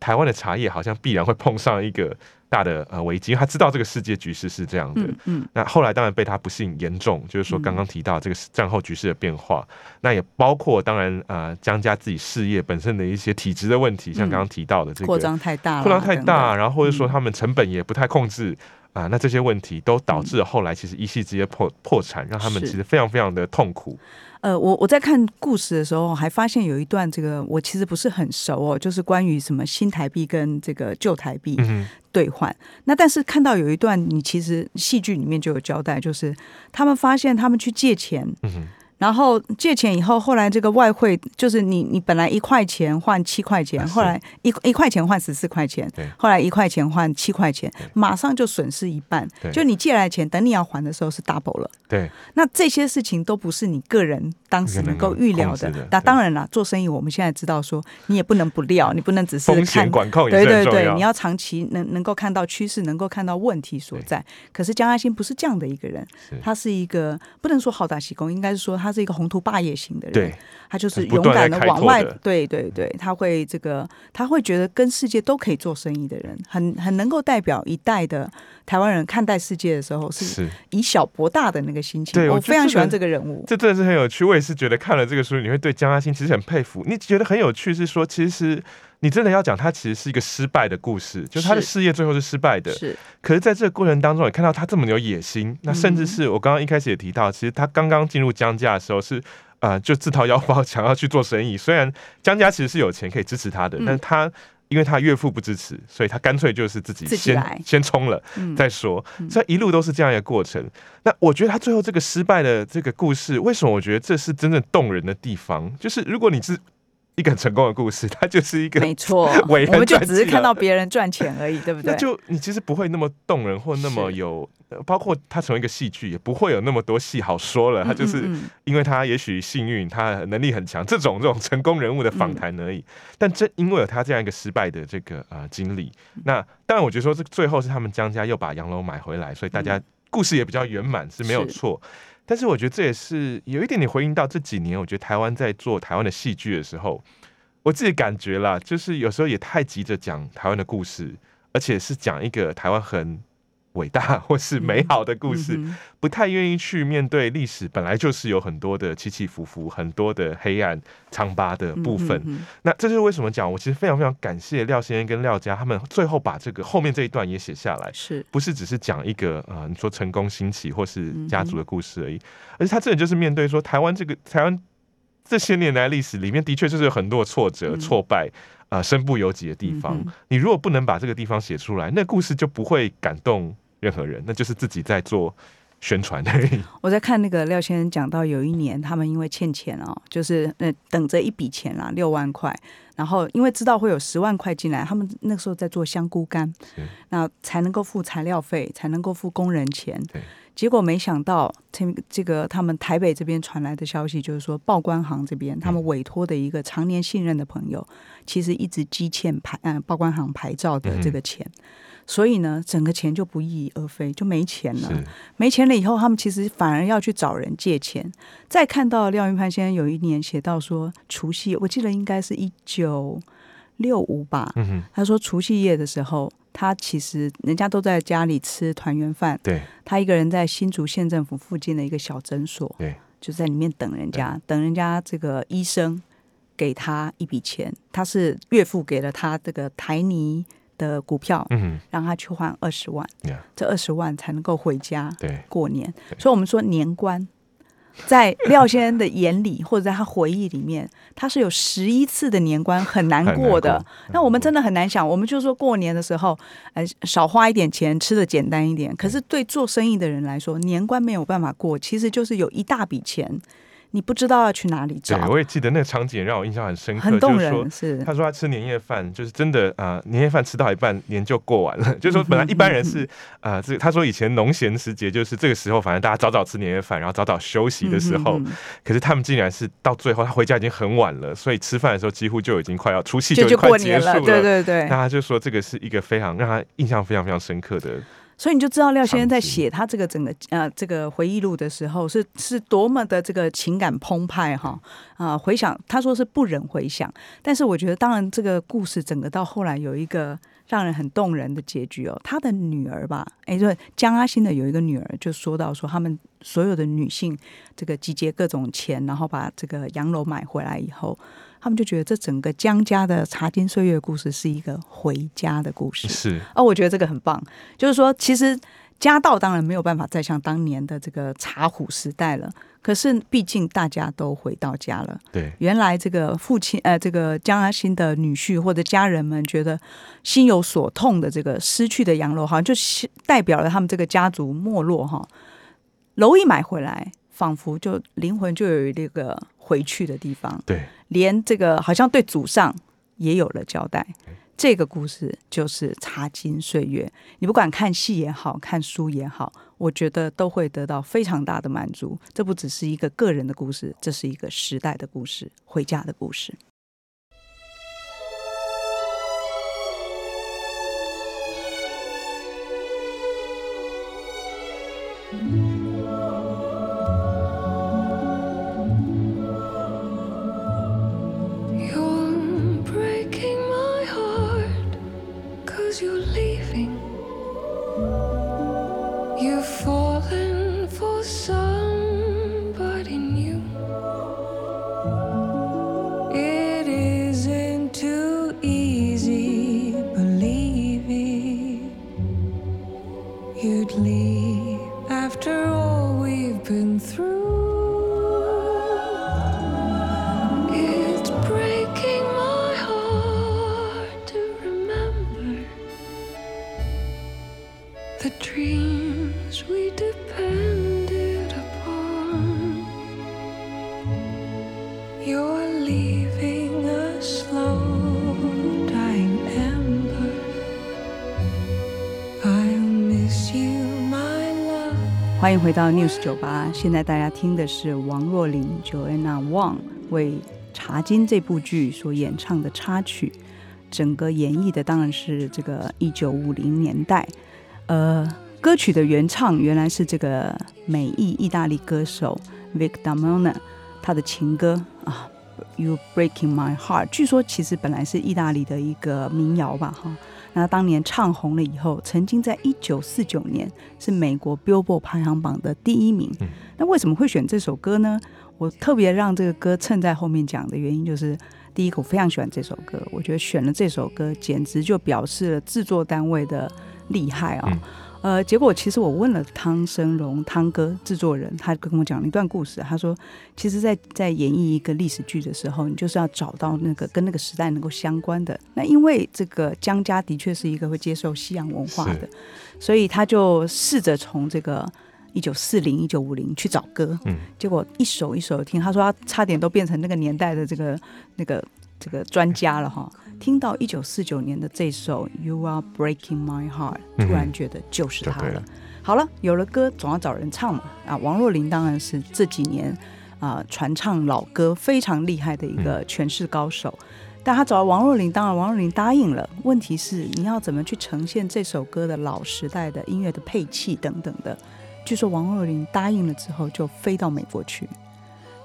台湾的茶叶好像必然会碰上一个大的呃危机，因为他知道这个世界局势是这样的。
嗯嗯
那后来当然被他不幸严重，就是说
嗯
刚刚提到这个战后局势的变化，那也包括当然呃江家自己事业本身的一些体制的问题，像
嗯
刚刚提到的这个
扩张啊太大了，
扩张太大，
等等，
然后或者说
嗯
他们成本也不太控制啊、那这些问题都导致了后来其实一系之间破破产，让他们
是
其实非常非常的痛苦。
呃，我我在看故事的时候，还发现有一段这个我其实不是很熟哦，就是关于什么新台币跟这个旧台币
嗯哼。
兑换。那但是看到有一段，你其实戏剧里面就有交代，就是他们发现他们去借钱，
嗯哼，
然后借钱以后，后来这个外汇就是你你本来一块钱换七块钱，
啊是
后来一一块钱换十四块钱
对，
后来一块钱换七块钱
对，
马上就损失一半
对。
就你借来的钱，等你要还的时候是 double 了。
对，
那这些事情都不是你个人当时能够预料的
能够控制的。
那
对
当然啦，做生意我们现在知道说，你也不能不料，你不能只是
风
看
险管控也
对
是
对
很重
对，你
要。
要长期能能够看到趋势，能够看到问题所在。可是江爱新不是这样的一个人
是，
他是一个不能说好大喜功，应该是说他是一个宏图霸业型的人。
对，
他就是
不
勇
断
敢
在
的
开
往
拓
外
的，嗯
对对对，他会这个，他会觉得跟世界都可以做生意的人，很很能够代表一代的台湾人看待世界的时候，是
是，
以小博大的那个心情
对。我
我
觉得
非常
这
喜欢
个
这个人物。
这真的是很有趣。我也是觉得看了这个书，你会对江阿星其实很佩服。你觉得很有趣是说，其实你真的要讲，他其实是一个失败的故事，就是他的
是
事业最后是失败的。
是嗯
可是在这个过程当中，也看到他这么有野心，那甚至是我刚刚一开始也提到，其实他刚刚进入江家的时候是。呃，就自掏腰包想要去做生意。虽然江家其实是有钱可以支持他的，
嗯
但他因为他岳父不支持，所以他干脆就是自己
自己
先
来
先冲了，
嗯
再说。所以一路都是这样一个过程。那我觉得他最后这个失败的这个故事，为什么我觉得这是真正动人的地方？就是如果你是一个很成功的故事，它 就是一个
没 错，我
伟人
们就
传
只是
记
看
了
到别人赚钱而已，对不
那
对？
就你其实不会那么动人，或那么
是
有，呃包括它成为一个戏剧，也不会有那么多戏好说了。它就
嗯
是
嗯嗯
因为他也许幸运，他能力很强，这种这种 成功人物的
嗯
访谈而已。但正因为有他这样一个失败的这个呃经历，
嗯
那当然我觉得说这最后是他们江家又把洋楼买回来，所以大家故事也比较圆满是没有
嗯是
错。但是我觉得这也是有一点点回应到这几年，我觉得台湾在做台湾的戏剧的时候，我自己感觉啦，就是有时候也太急着讲台湾的故事，而且是讲一个台湾很伟大或是美好的故事，
嗯
不太愿意去面对历史，本来就是有很多的起起伏伏，很多的黑暗苍巴的
哼
部分。
嗯哼嗯
那这就是为什么讲，我其实非常非常感谢廖先生跟廖家他们最后把这个后面这一段也写下来
哼，嗯是
不是只是讲一个呃，你说成功兴起或是
嗯哼
家族的故事而已，而是他真的就是面对说台湾这个台湾这些年来历史里面的确就是有很多挫折、
嗯
挫败。呃，身不由己的地方，
嗯哼
你如果不能把这个地方写出来，那故事就不会感动任何人，那就是自己在做宣传而已。
我在看那个廖先生讲到，有一年他们因为欠钱哦，就是呃等着一笔钱啦，六万块，然后因为知道会有十万块进来，他们那个时候在做香菇干
是，
那才能够付材料费，才能够付工人钱
对。
结果没想到，这这个他们台北这边传来的消息，就是说报关行这边
嗯
他们委托的一个常年信任的朋友，其实一直积欠牌嗯、报关行牌照
嗯
的这个钱，所以呢，整个钱就不翼而飞，就没钱了。
是
没钱了以后，他们其实反而要去找人借钱。再看到廖云潘先生有一年写到说，除夕，我记得应该是一九六五吧。
嗯哼，
他说除夕夜的时候，他其实人家都在家里吃团圆饭，
对，
他一个人在新竹县政府附近的一个小诊所，
对，
就在里面等人家，等人家这个医生给他一笔钱，他是岳父给了他这个台泥的股票，
嗯
让他去换二十万
Yeah
这二十万才能够回家。
哼，对，
过年，
对
所以我们说年关，在廖先生的眼里或者在他回忆里面，他是有十一次的年关很难过
很
的
难。
那我们真的很难想，我们就说过年的时候，呃，少花一点钱，吃的简单一点。可是对做生意的人来说，年关没有办法过，其实就是有一大笔钱，你不知道要去哪里
对，
找，
我也记得那个场景让我印象很深刻，
啊很动
就是说
人，是
他说他吃年夜饭，就是真的啊、呃年夜饭吃到一半，年就过完了。就是说，本来一般人
嗯
是啊、呃这他说以前农闲时节就是这个时候，反正大家早早吃年夜饭，然后早早休息的时候。
嗯嗯嗯
可是他们竟然是到最后，他回家已经很晚了，所以吃饭的时候几乎就已经快要除夕
就就
快
过
结
年
束了。
对对对
那。他就说这个是一个非常让他印象非常非常深刻的，
所以你就知道廖先生在
场景
写他这个整个呃这个回忆录的时候是是多么的这个情感澎湃哈啊、回想他说是不忍回想，但是我觉得当然这个故事整个到后来有一个让人很动人的结局哦，他的女儿吧，哎，就是江阿欣的有一个女儿就说到说他们所有的女性这个集结各种钱，然后把这个洋楼买回来以后。他们就觉得这整个江家的茶金岁月故事是一个回家的故事，
是
哦，我觉得这个很棒，就是说，其实家道当然没有办法再像当年的这个茶壶时代了，可是毕竟大家都回到家了。
对
原来这个父亲，呃，这个江阿新的女婿或者家人们觉得心有所痛的这个失去的洋楼，好像就是代表了他们这个家族没落哈。楼一买回来，仿佛就灵魂就有那个回去的地方，
对，
连这个好像对祖上也有了交代。这个故事就是茶金岁月，你不管看戏也好看书也好，我觉得都会得到非常大的满足。这不只是一个个人的故事，这是一个时代的故事，回家的故事。
You're breaking my heart cause you're leaving. You've fallen for somebody new. It isn't too easy believing you'd leave after all we've been through. It's breaking my heart to remember the dreams we depended upon. You're leaving a slow dying ember. I'll miss you, my love.
欢迎回到 News 九八，现在大家听的是王若琳 Joanna Wang 为《茶经》这部剧所演唱的插曲，整个演绎的当然是这个一九五零年代。呃，歌曲的原唱原来是这个美裔意大利歌手 Vic Damona，他的情歌啊，You Breaking My Heart，据说其实本来是意大利的一个民谣吧，哈。那当年唱红了以后，曾经在一九四九年是美国 Billboard 排行榜的第一名。
嗯
那为什么会选这首歌呢？我特别让这个歌衬在后面讲的原因就是，第一个我非常喜欢这首歌，我觉得选了这首歌简直就表示了制作单位的厉害哦。
嗯
呃，结果其实我问了汤生荣汤哥制作人，他跟我讲了一段故事。他说，其实在，在演绎一个历史剧的时候，你就是要找到那个跟那个时代能够相关的。那因为这个江家的确是一个会接受西洋文化的
是，
所以他就试着从这个一九四零、一九五零去找歌，
嗯，
结果一首一首听，他说他差点都变成那个年代的这个那个这个专家了哈。听到一九四九年的这首《You Are Breaking My Heart》，
嗯
突然觉得就是
就
他
对
了
了。，
好了，有了歌总要找人唱嘛。啊，王若琳当然是这几年啊、传唱老歌非常厉害的一
嗯
个诠释高手。但他找了王若琳，当然王若琳答应了。问题是你要怎么去呈现这首歌的老时代的音乐的配器等等的。据说王若琳答应了之后，就飞到美国去，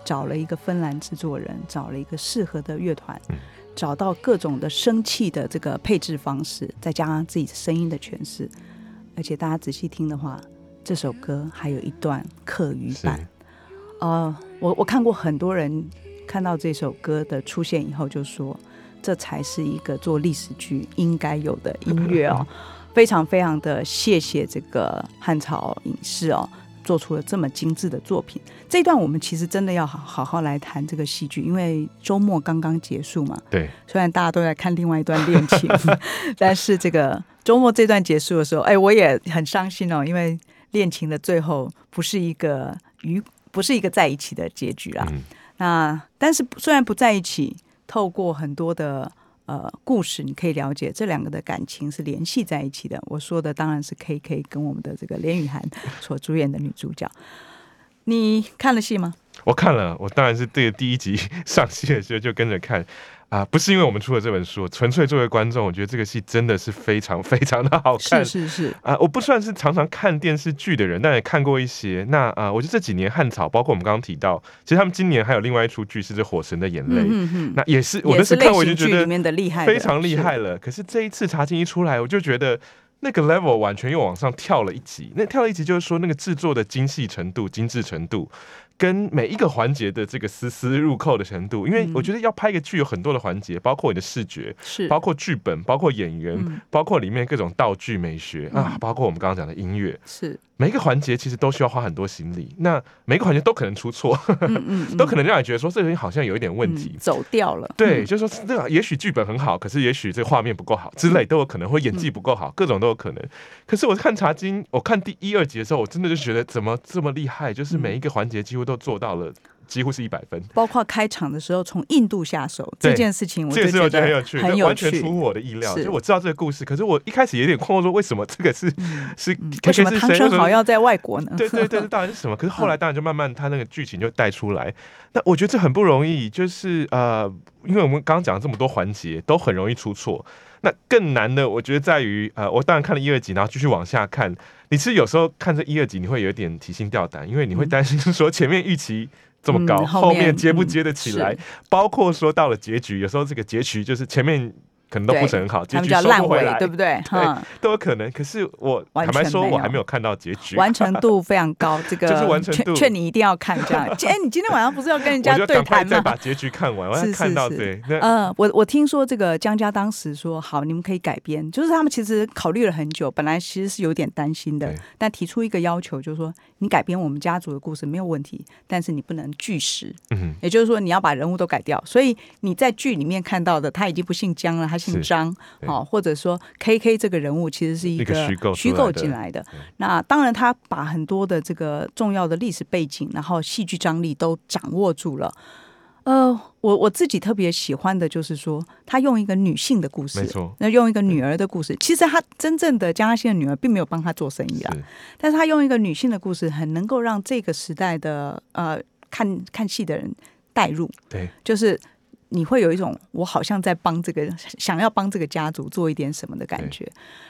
找了一个芬兰制作人，找了一个适合的乐团
嗯，
找到各种的声器的这个配置方式，再加上自己声音的诠释。而且大家仔细听的话，这首歌还有一段客语
是
版。呃，我我看过很多人看到这首歌的出现以后，就说这才是一个做历史剧应该有的音乐哦，非常非常的谢谢这个汉朝影视哦。做出了这么精致的作品，这一段我们其实真的要好好好来谈这个戏剧，因为周末刚刚结束嘛，
对，
虽然大家都在看另外一段恋情， 但是这个周末这段结束的时候，哎，我也很伤心哦，因为恋情的最后不是一个愉，不是一个在一起的结局啦。
嗯，
那但是虽然不在一起，透过很多的呃故事，你可以了解这两个的感情是联系在一起的。我说的当然是 K K 跟我们的这个连雨 涵所主演的女主角。你看了戏吗？
我看了，我当然是对第一集上戏的时候就跟着看啊、不是因为我们出了这本书，纯粹作为观众，我觉得这个戏真的是非常非常的好看
是，是是，
啊、我不算是常常看电视剧的人，但也看过一些。那啊、我觉得这几年汉草，包括我们刚刚提到，其实他们今年还有另外一出剧是《这火神的眼泪》，
嗯哼
那也是
哼，
我
也
那
是
次
类
看我就
型
觉
剧里
得
面的厉害的，
非常厉
是
害了。可是这一次查经一出来，我就觉得那个 level 完全又往上跳了一级。那跳了一级，就是说那个制作的精细程度、精致程度。跟每一个环节的这个丝丝入扣的程度，因为
嗯
我觉得要拍一个剧有很多的环节，包括你的视觉，
是
包括剧本，包括演员，
嗯
包括里面各种道具美学啊，包括我们刚刚讲的音乐，
是，
每一个环节其实都需要花很多心力。那每一个环节都可能出错，
嗯嗯，
都可能让你觉得说这个东西好像有一点问题
嗯。走掉了，嗯
对，就是说这个也许剧本很好，可是也许这个画面不够好之
嗯
类都有可能，或演技不够好，各种都有可能。可是我看《茶经》，我看第一、二集的时候，我真的就觉得怎么这么厉害，就是
嗯
每一个环节几乎都做到了，几乎是一百分。
包括开场的时候从印度下手
对
这件事情，我
这个是
就
我觉得
得
很有趣，
很
这
有
完全出
趣
乎。我的意料。
是
就我知道这个故事，可是我一开始有点困惑，说为什么这个是是
嗯为
可
什
是
么
是
汤
谁
生
为什
豪
么
要在外国呢？
对对对，这到底是什么？可是
嗯
后来当然就慢慢他那个剧情就带出来。那我觉得这很不容易，就是呃，因为我们刚刚讲了这么多环节，都很容易出错。那更难的，我觉得在于呃，我当然看了一二集，然后继续往下看。你其实有时候看这一二集，你会有点提心吊胆，因为你会担心说前面预期。这么高，
嗯后
后面
面
接不
嗯
接得起来？
是
包括说到了结局，有时候这个结局就是前面可能都不是很好，结
他们
局
叫
收
烂
不回
尾
来，，
对不 对？哈，
都有可能。可是我
完
坦白
全
说，
没
我还
有
没有看到结局，
完成度非常高，这个
就是完成度
劝劝你一定要看这样。 哎，你今天晚上不是要跟人
我
家
就
对
赶快
谈
再
吗
把？结局看完，我要
是
看
是
到
是
对，那
嗯，我我听说这个江家当时说好，你们可以改编，就是他们其实考虑了很久，本来其实是有点担心的
对，
但提出一个要求，就是说你改编我们家族的故事没有问题，但是你不能据实，
嗯，
也就是说你要把人物都改掉。所以你在剧里面看到的他已经不姓江了，他姓
是
张，
对
哦，或者说 K K 这个人物其实是
一
一
个
个
虚构出
虚
来
构
的
进来的
对。
那当然，他把很多的这个重要的历史背景，然后戏剧张力都掌握住了。呃，我我自己特别喜欢的就是说，他用一个女性的故
没
事
错，
那用一个女儿的故事。其实他真正的江嘉欣的女儿并没有帮他做生意啦，
是
但是他用一个女性的故事，很能够让这个时代的呃看看戏的人代入，
对，
就是你会有一种我好像在帮这个想要帮这个家族做一点什么的感觉。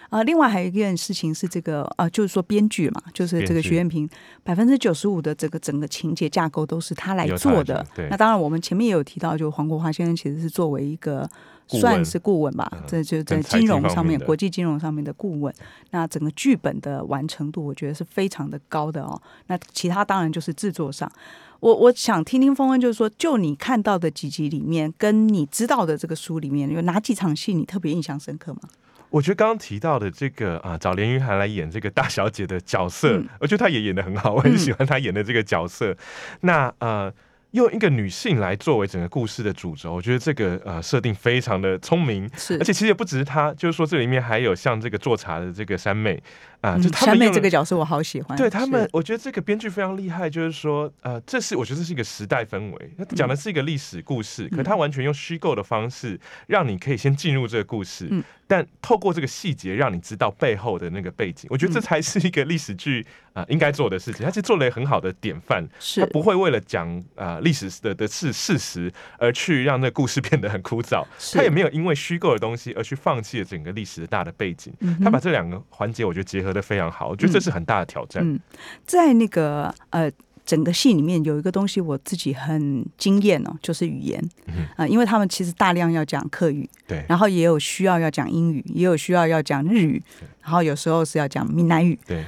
呃，另外还有一件事情是这个呃，就是说编剧嘛，就是这
编
个
剧
徐彦平百分之九十五的这个整个情节架构都是他来
由他来
做
做
的。
对
那当然，我们前面也有提到，就黄国华先生其实是作为一个
顾问
算是顾问吧
嗯，
这就在
跟财经
金融
方
上
面
面、
的
国际金融上面的顾问。那整个剧本的完成度，我觉得是非常的高的哦。那其他当然就是制作上，我我想听听峰恩，就是说，就你看到的几集里面，跟你知道的这个书里面，有哪几场戏你特别印象深刻吗？
我觉得刚刚提到的这个啊，找连云涵来演这个大小姐的角色，
嗯
我觉得她也演的很好，我很喜欢她演的这个角色。那呃，用一个女性来作为整个故事的主轴，我觉得这个呃设定非常的聪明。
是
而且其实也不只是她，就是说这里面还有像这个做茶的这个山妹啊、
嗯
就他
山
们
妹
用
这
了
个角色我好喜欢，
对他们
是，
我觉得这个编剧非常厉害，就是说，呃，这是我觉得这是一个时代氛围，它讲
嗯
的是一个历史故事，可它完全用虚构的方式，让你可以先进入这个故事，
嗯
但透过这个细节，让你知道背后的那个背景。我觉得这
嗯
才是一个历史剧啊、呃应该做的事情，它其实做了一个很好的典范，他
是
不会为了讲啊历史的的事事实而去让那个故事 变得很枯燥，
是
他也没有因为虚构的东西而去放弃了整个历史的大的背景。
嗯哼
他把这两个环节，我觉得结合的非常好，我觉得这是很大的挑战。
嗯，在那个呃。整个戏里面有一个东西我自己很惊艳哦，就是语言
嗯
啊、呃因为他们其实大量要讲客语，
对
然后也有需要要讲英语，也有需要要讲日语，然后有时候是要讲闽南语，
对，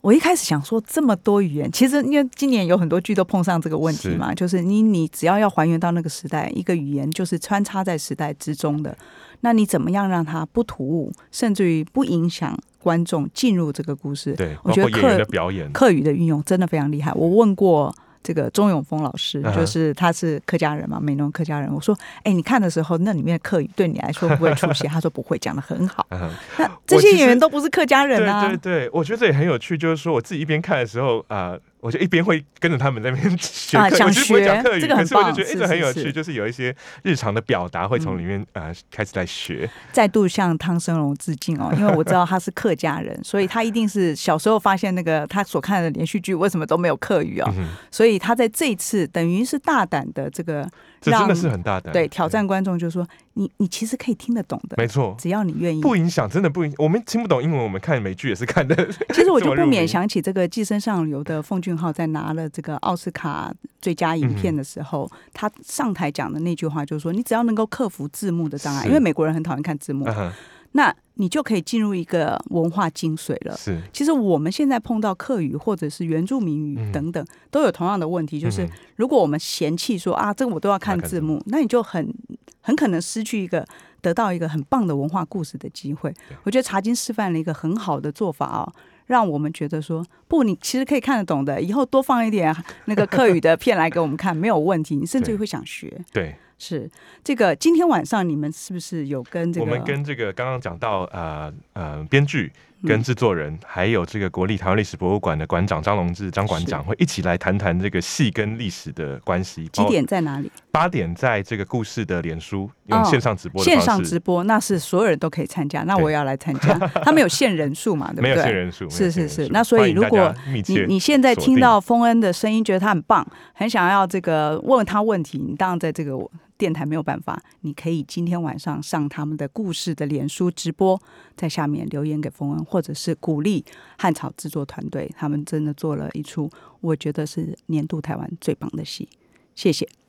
我一开始想说这么多语言，其实因为今年有很多剧都碰上这个问题嘛，就是你你只要要还原到那个时代，一个语言就是穿插在时代之中的，那你怎么样让它不突兀，甚至于不影响观众进入这个故事？
对，
我
包
觉得
括演员
客
的表演，
客语的运用真的非常厉害。我问过这个钟永峰老师
嗯，哼
就是他是客家人嘛，美浓客家人。我说，哎，你看的时候，那里面的客语对你来说会不会出戏？他说不会，讲的很好。
嗯哼
那这些
其实
演员都不是客家人啊
对对，对，我觉得这也很有趣，就是说我自己一边看的时候啊、呃我就一边会跟着他们在那边 学
啊
客语，
想
我其实不会
学
讲客语，
这个
可
很
是我就
棒
觉得一哎
是
直很
是
有
是嗯
趣，就是有一些日常的表达会从里面啊、呃开始在学，
再度向汤生荣致敬哦，因为我知道他是客家人，所以他一定是小时候发现那个他所看的连续剧为什么都没有客语哦，
嗯哼，
所以他在这一次等于是大胆的这个
这真的
让
是很大胆，
对挑战观众，就说你你其实可以听得懂的，
没错。
只要你愿意。
不影响，真的不影。我们听不懂英文，我们看美剧也是看的。
其实我就
这么
不
入
免
迷
想起这个《寄生上流》的奉俊昊在拿了这个奥斯卡最佳影
嗯
片的时候，他上台讲的那句话就是说，你只要能够克服字幕的障碍，
是
因为美国人很讨厌看字幕，
嗯哼
那你就可以进入一个文化精髓了。
是，
其实我们现在碰到客语或者是原住民
嗯
语等等，都有同样的问题，就是
嗯
如果我们嫌弃说啊，这个我都要看字幕，那你就很很可能失去一个得到一个很棒的文化故事的机会
对。
我觉得茶经示范了一个很好的做法哦。让我们觉得说不，你其实可以看得懂的。以后多放一点那个客语的片来给我们看，没有问题。你甚至于
对
会想学。
对，
是这个，今天晚上你们是不是有跟这个？
我们跟这个刚刚讲到呃呃编剧跟制作人，还有这个国立台湾历史博物馆的馆长张龙志张馆长会一起来谈谈这个戏跟历史的关系。
几
包
点在哪里？
八点在这个故事的脸书用
哦
线上直播的
线上
方
直
式，
播那是所有人都可以参加，那
对
我也要来参加。他们有限人数嘛，对不
没
对？
有限人数，没有
是
限
是
人
是
数
那所以
欢迎
如
大
果
家密
你
切
你现在
锁
听
定
到丰恩的声音，觉得他很棒，很想要这个问他问题，你当然在这个电台没有办法，你可以今天晚上上他们的故事的脸书直播，在下面留言给丰恩，或者是鼓励汉草制作团队，他们真的做了一出我觉得是年度台湾最棒的戏，谢谢。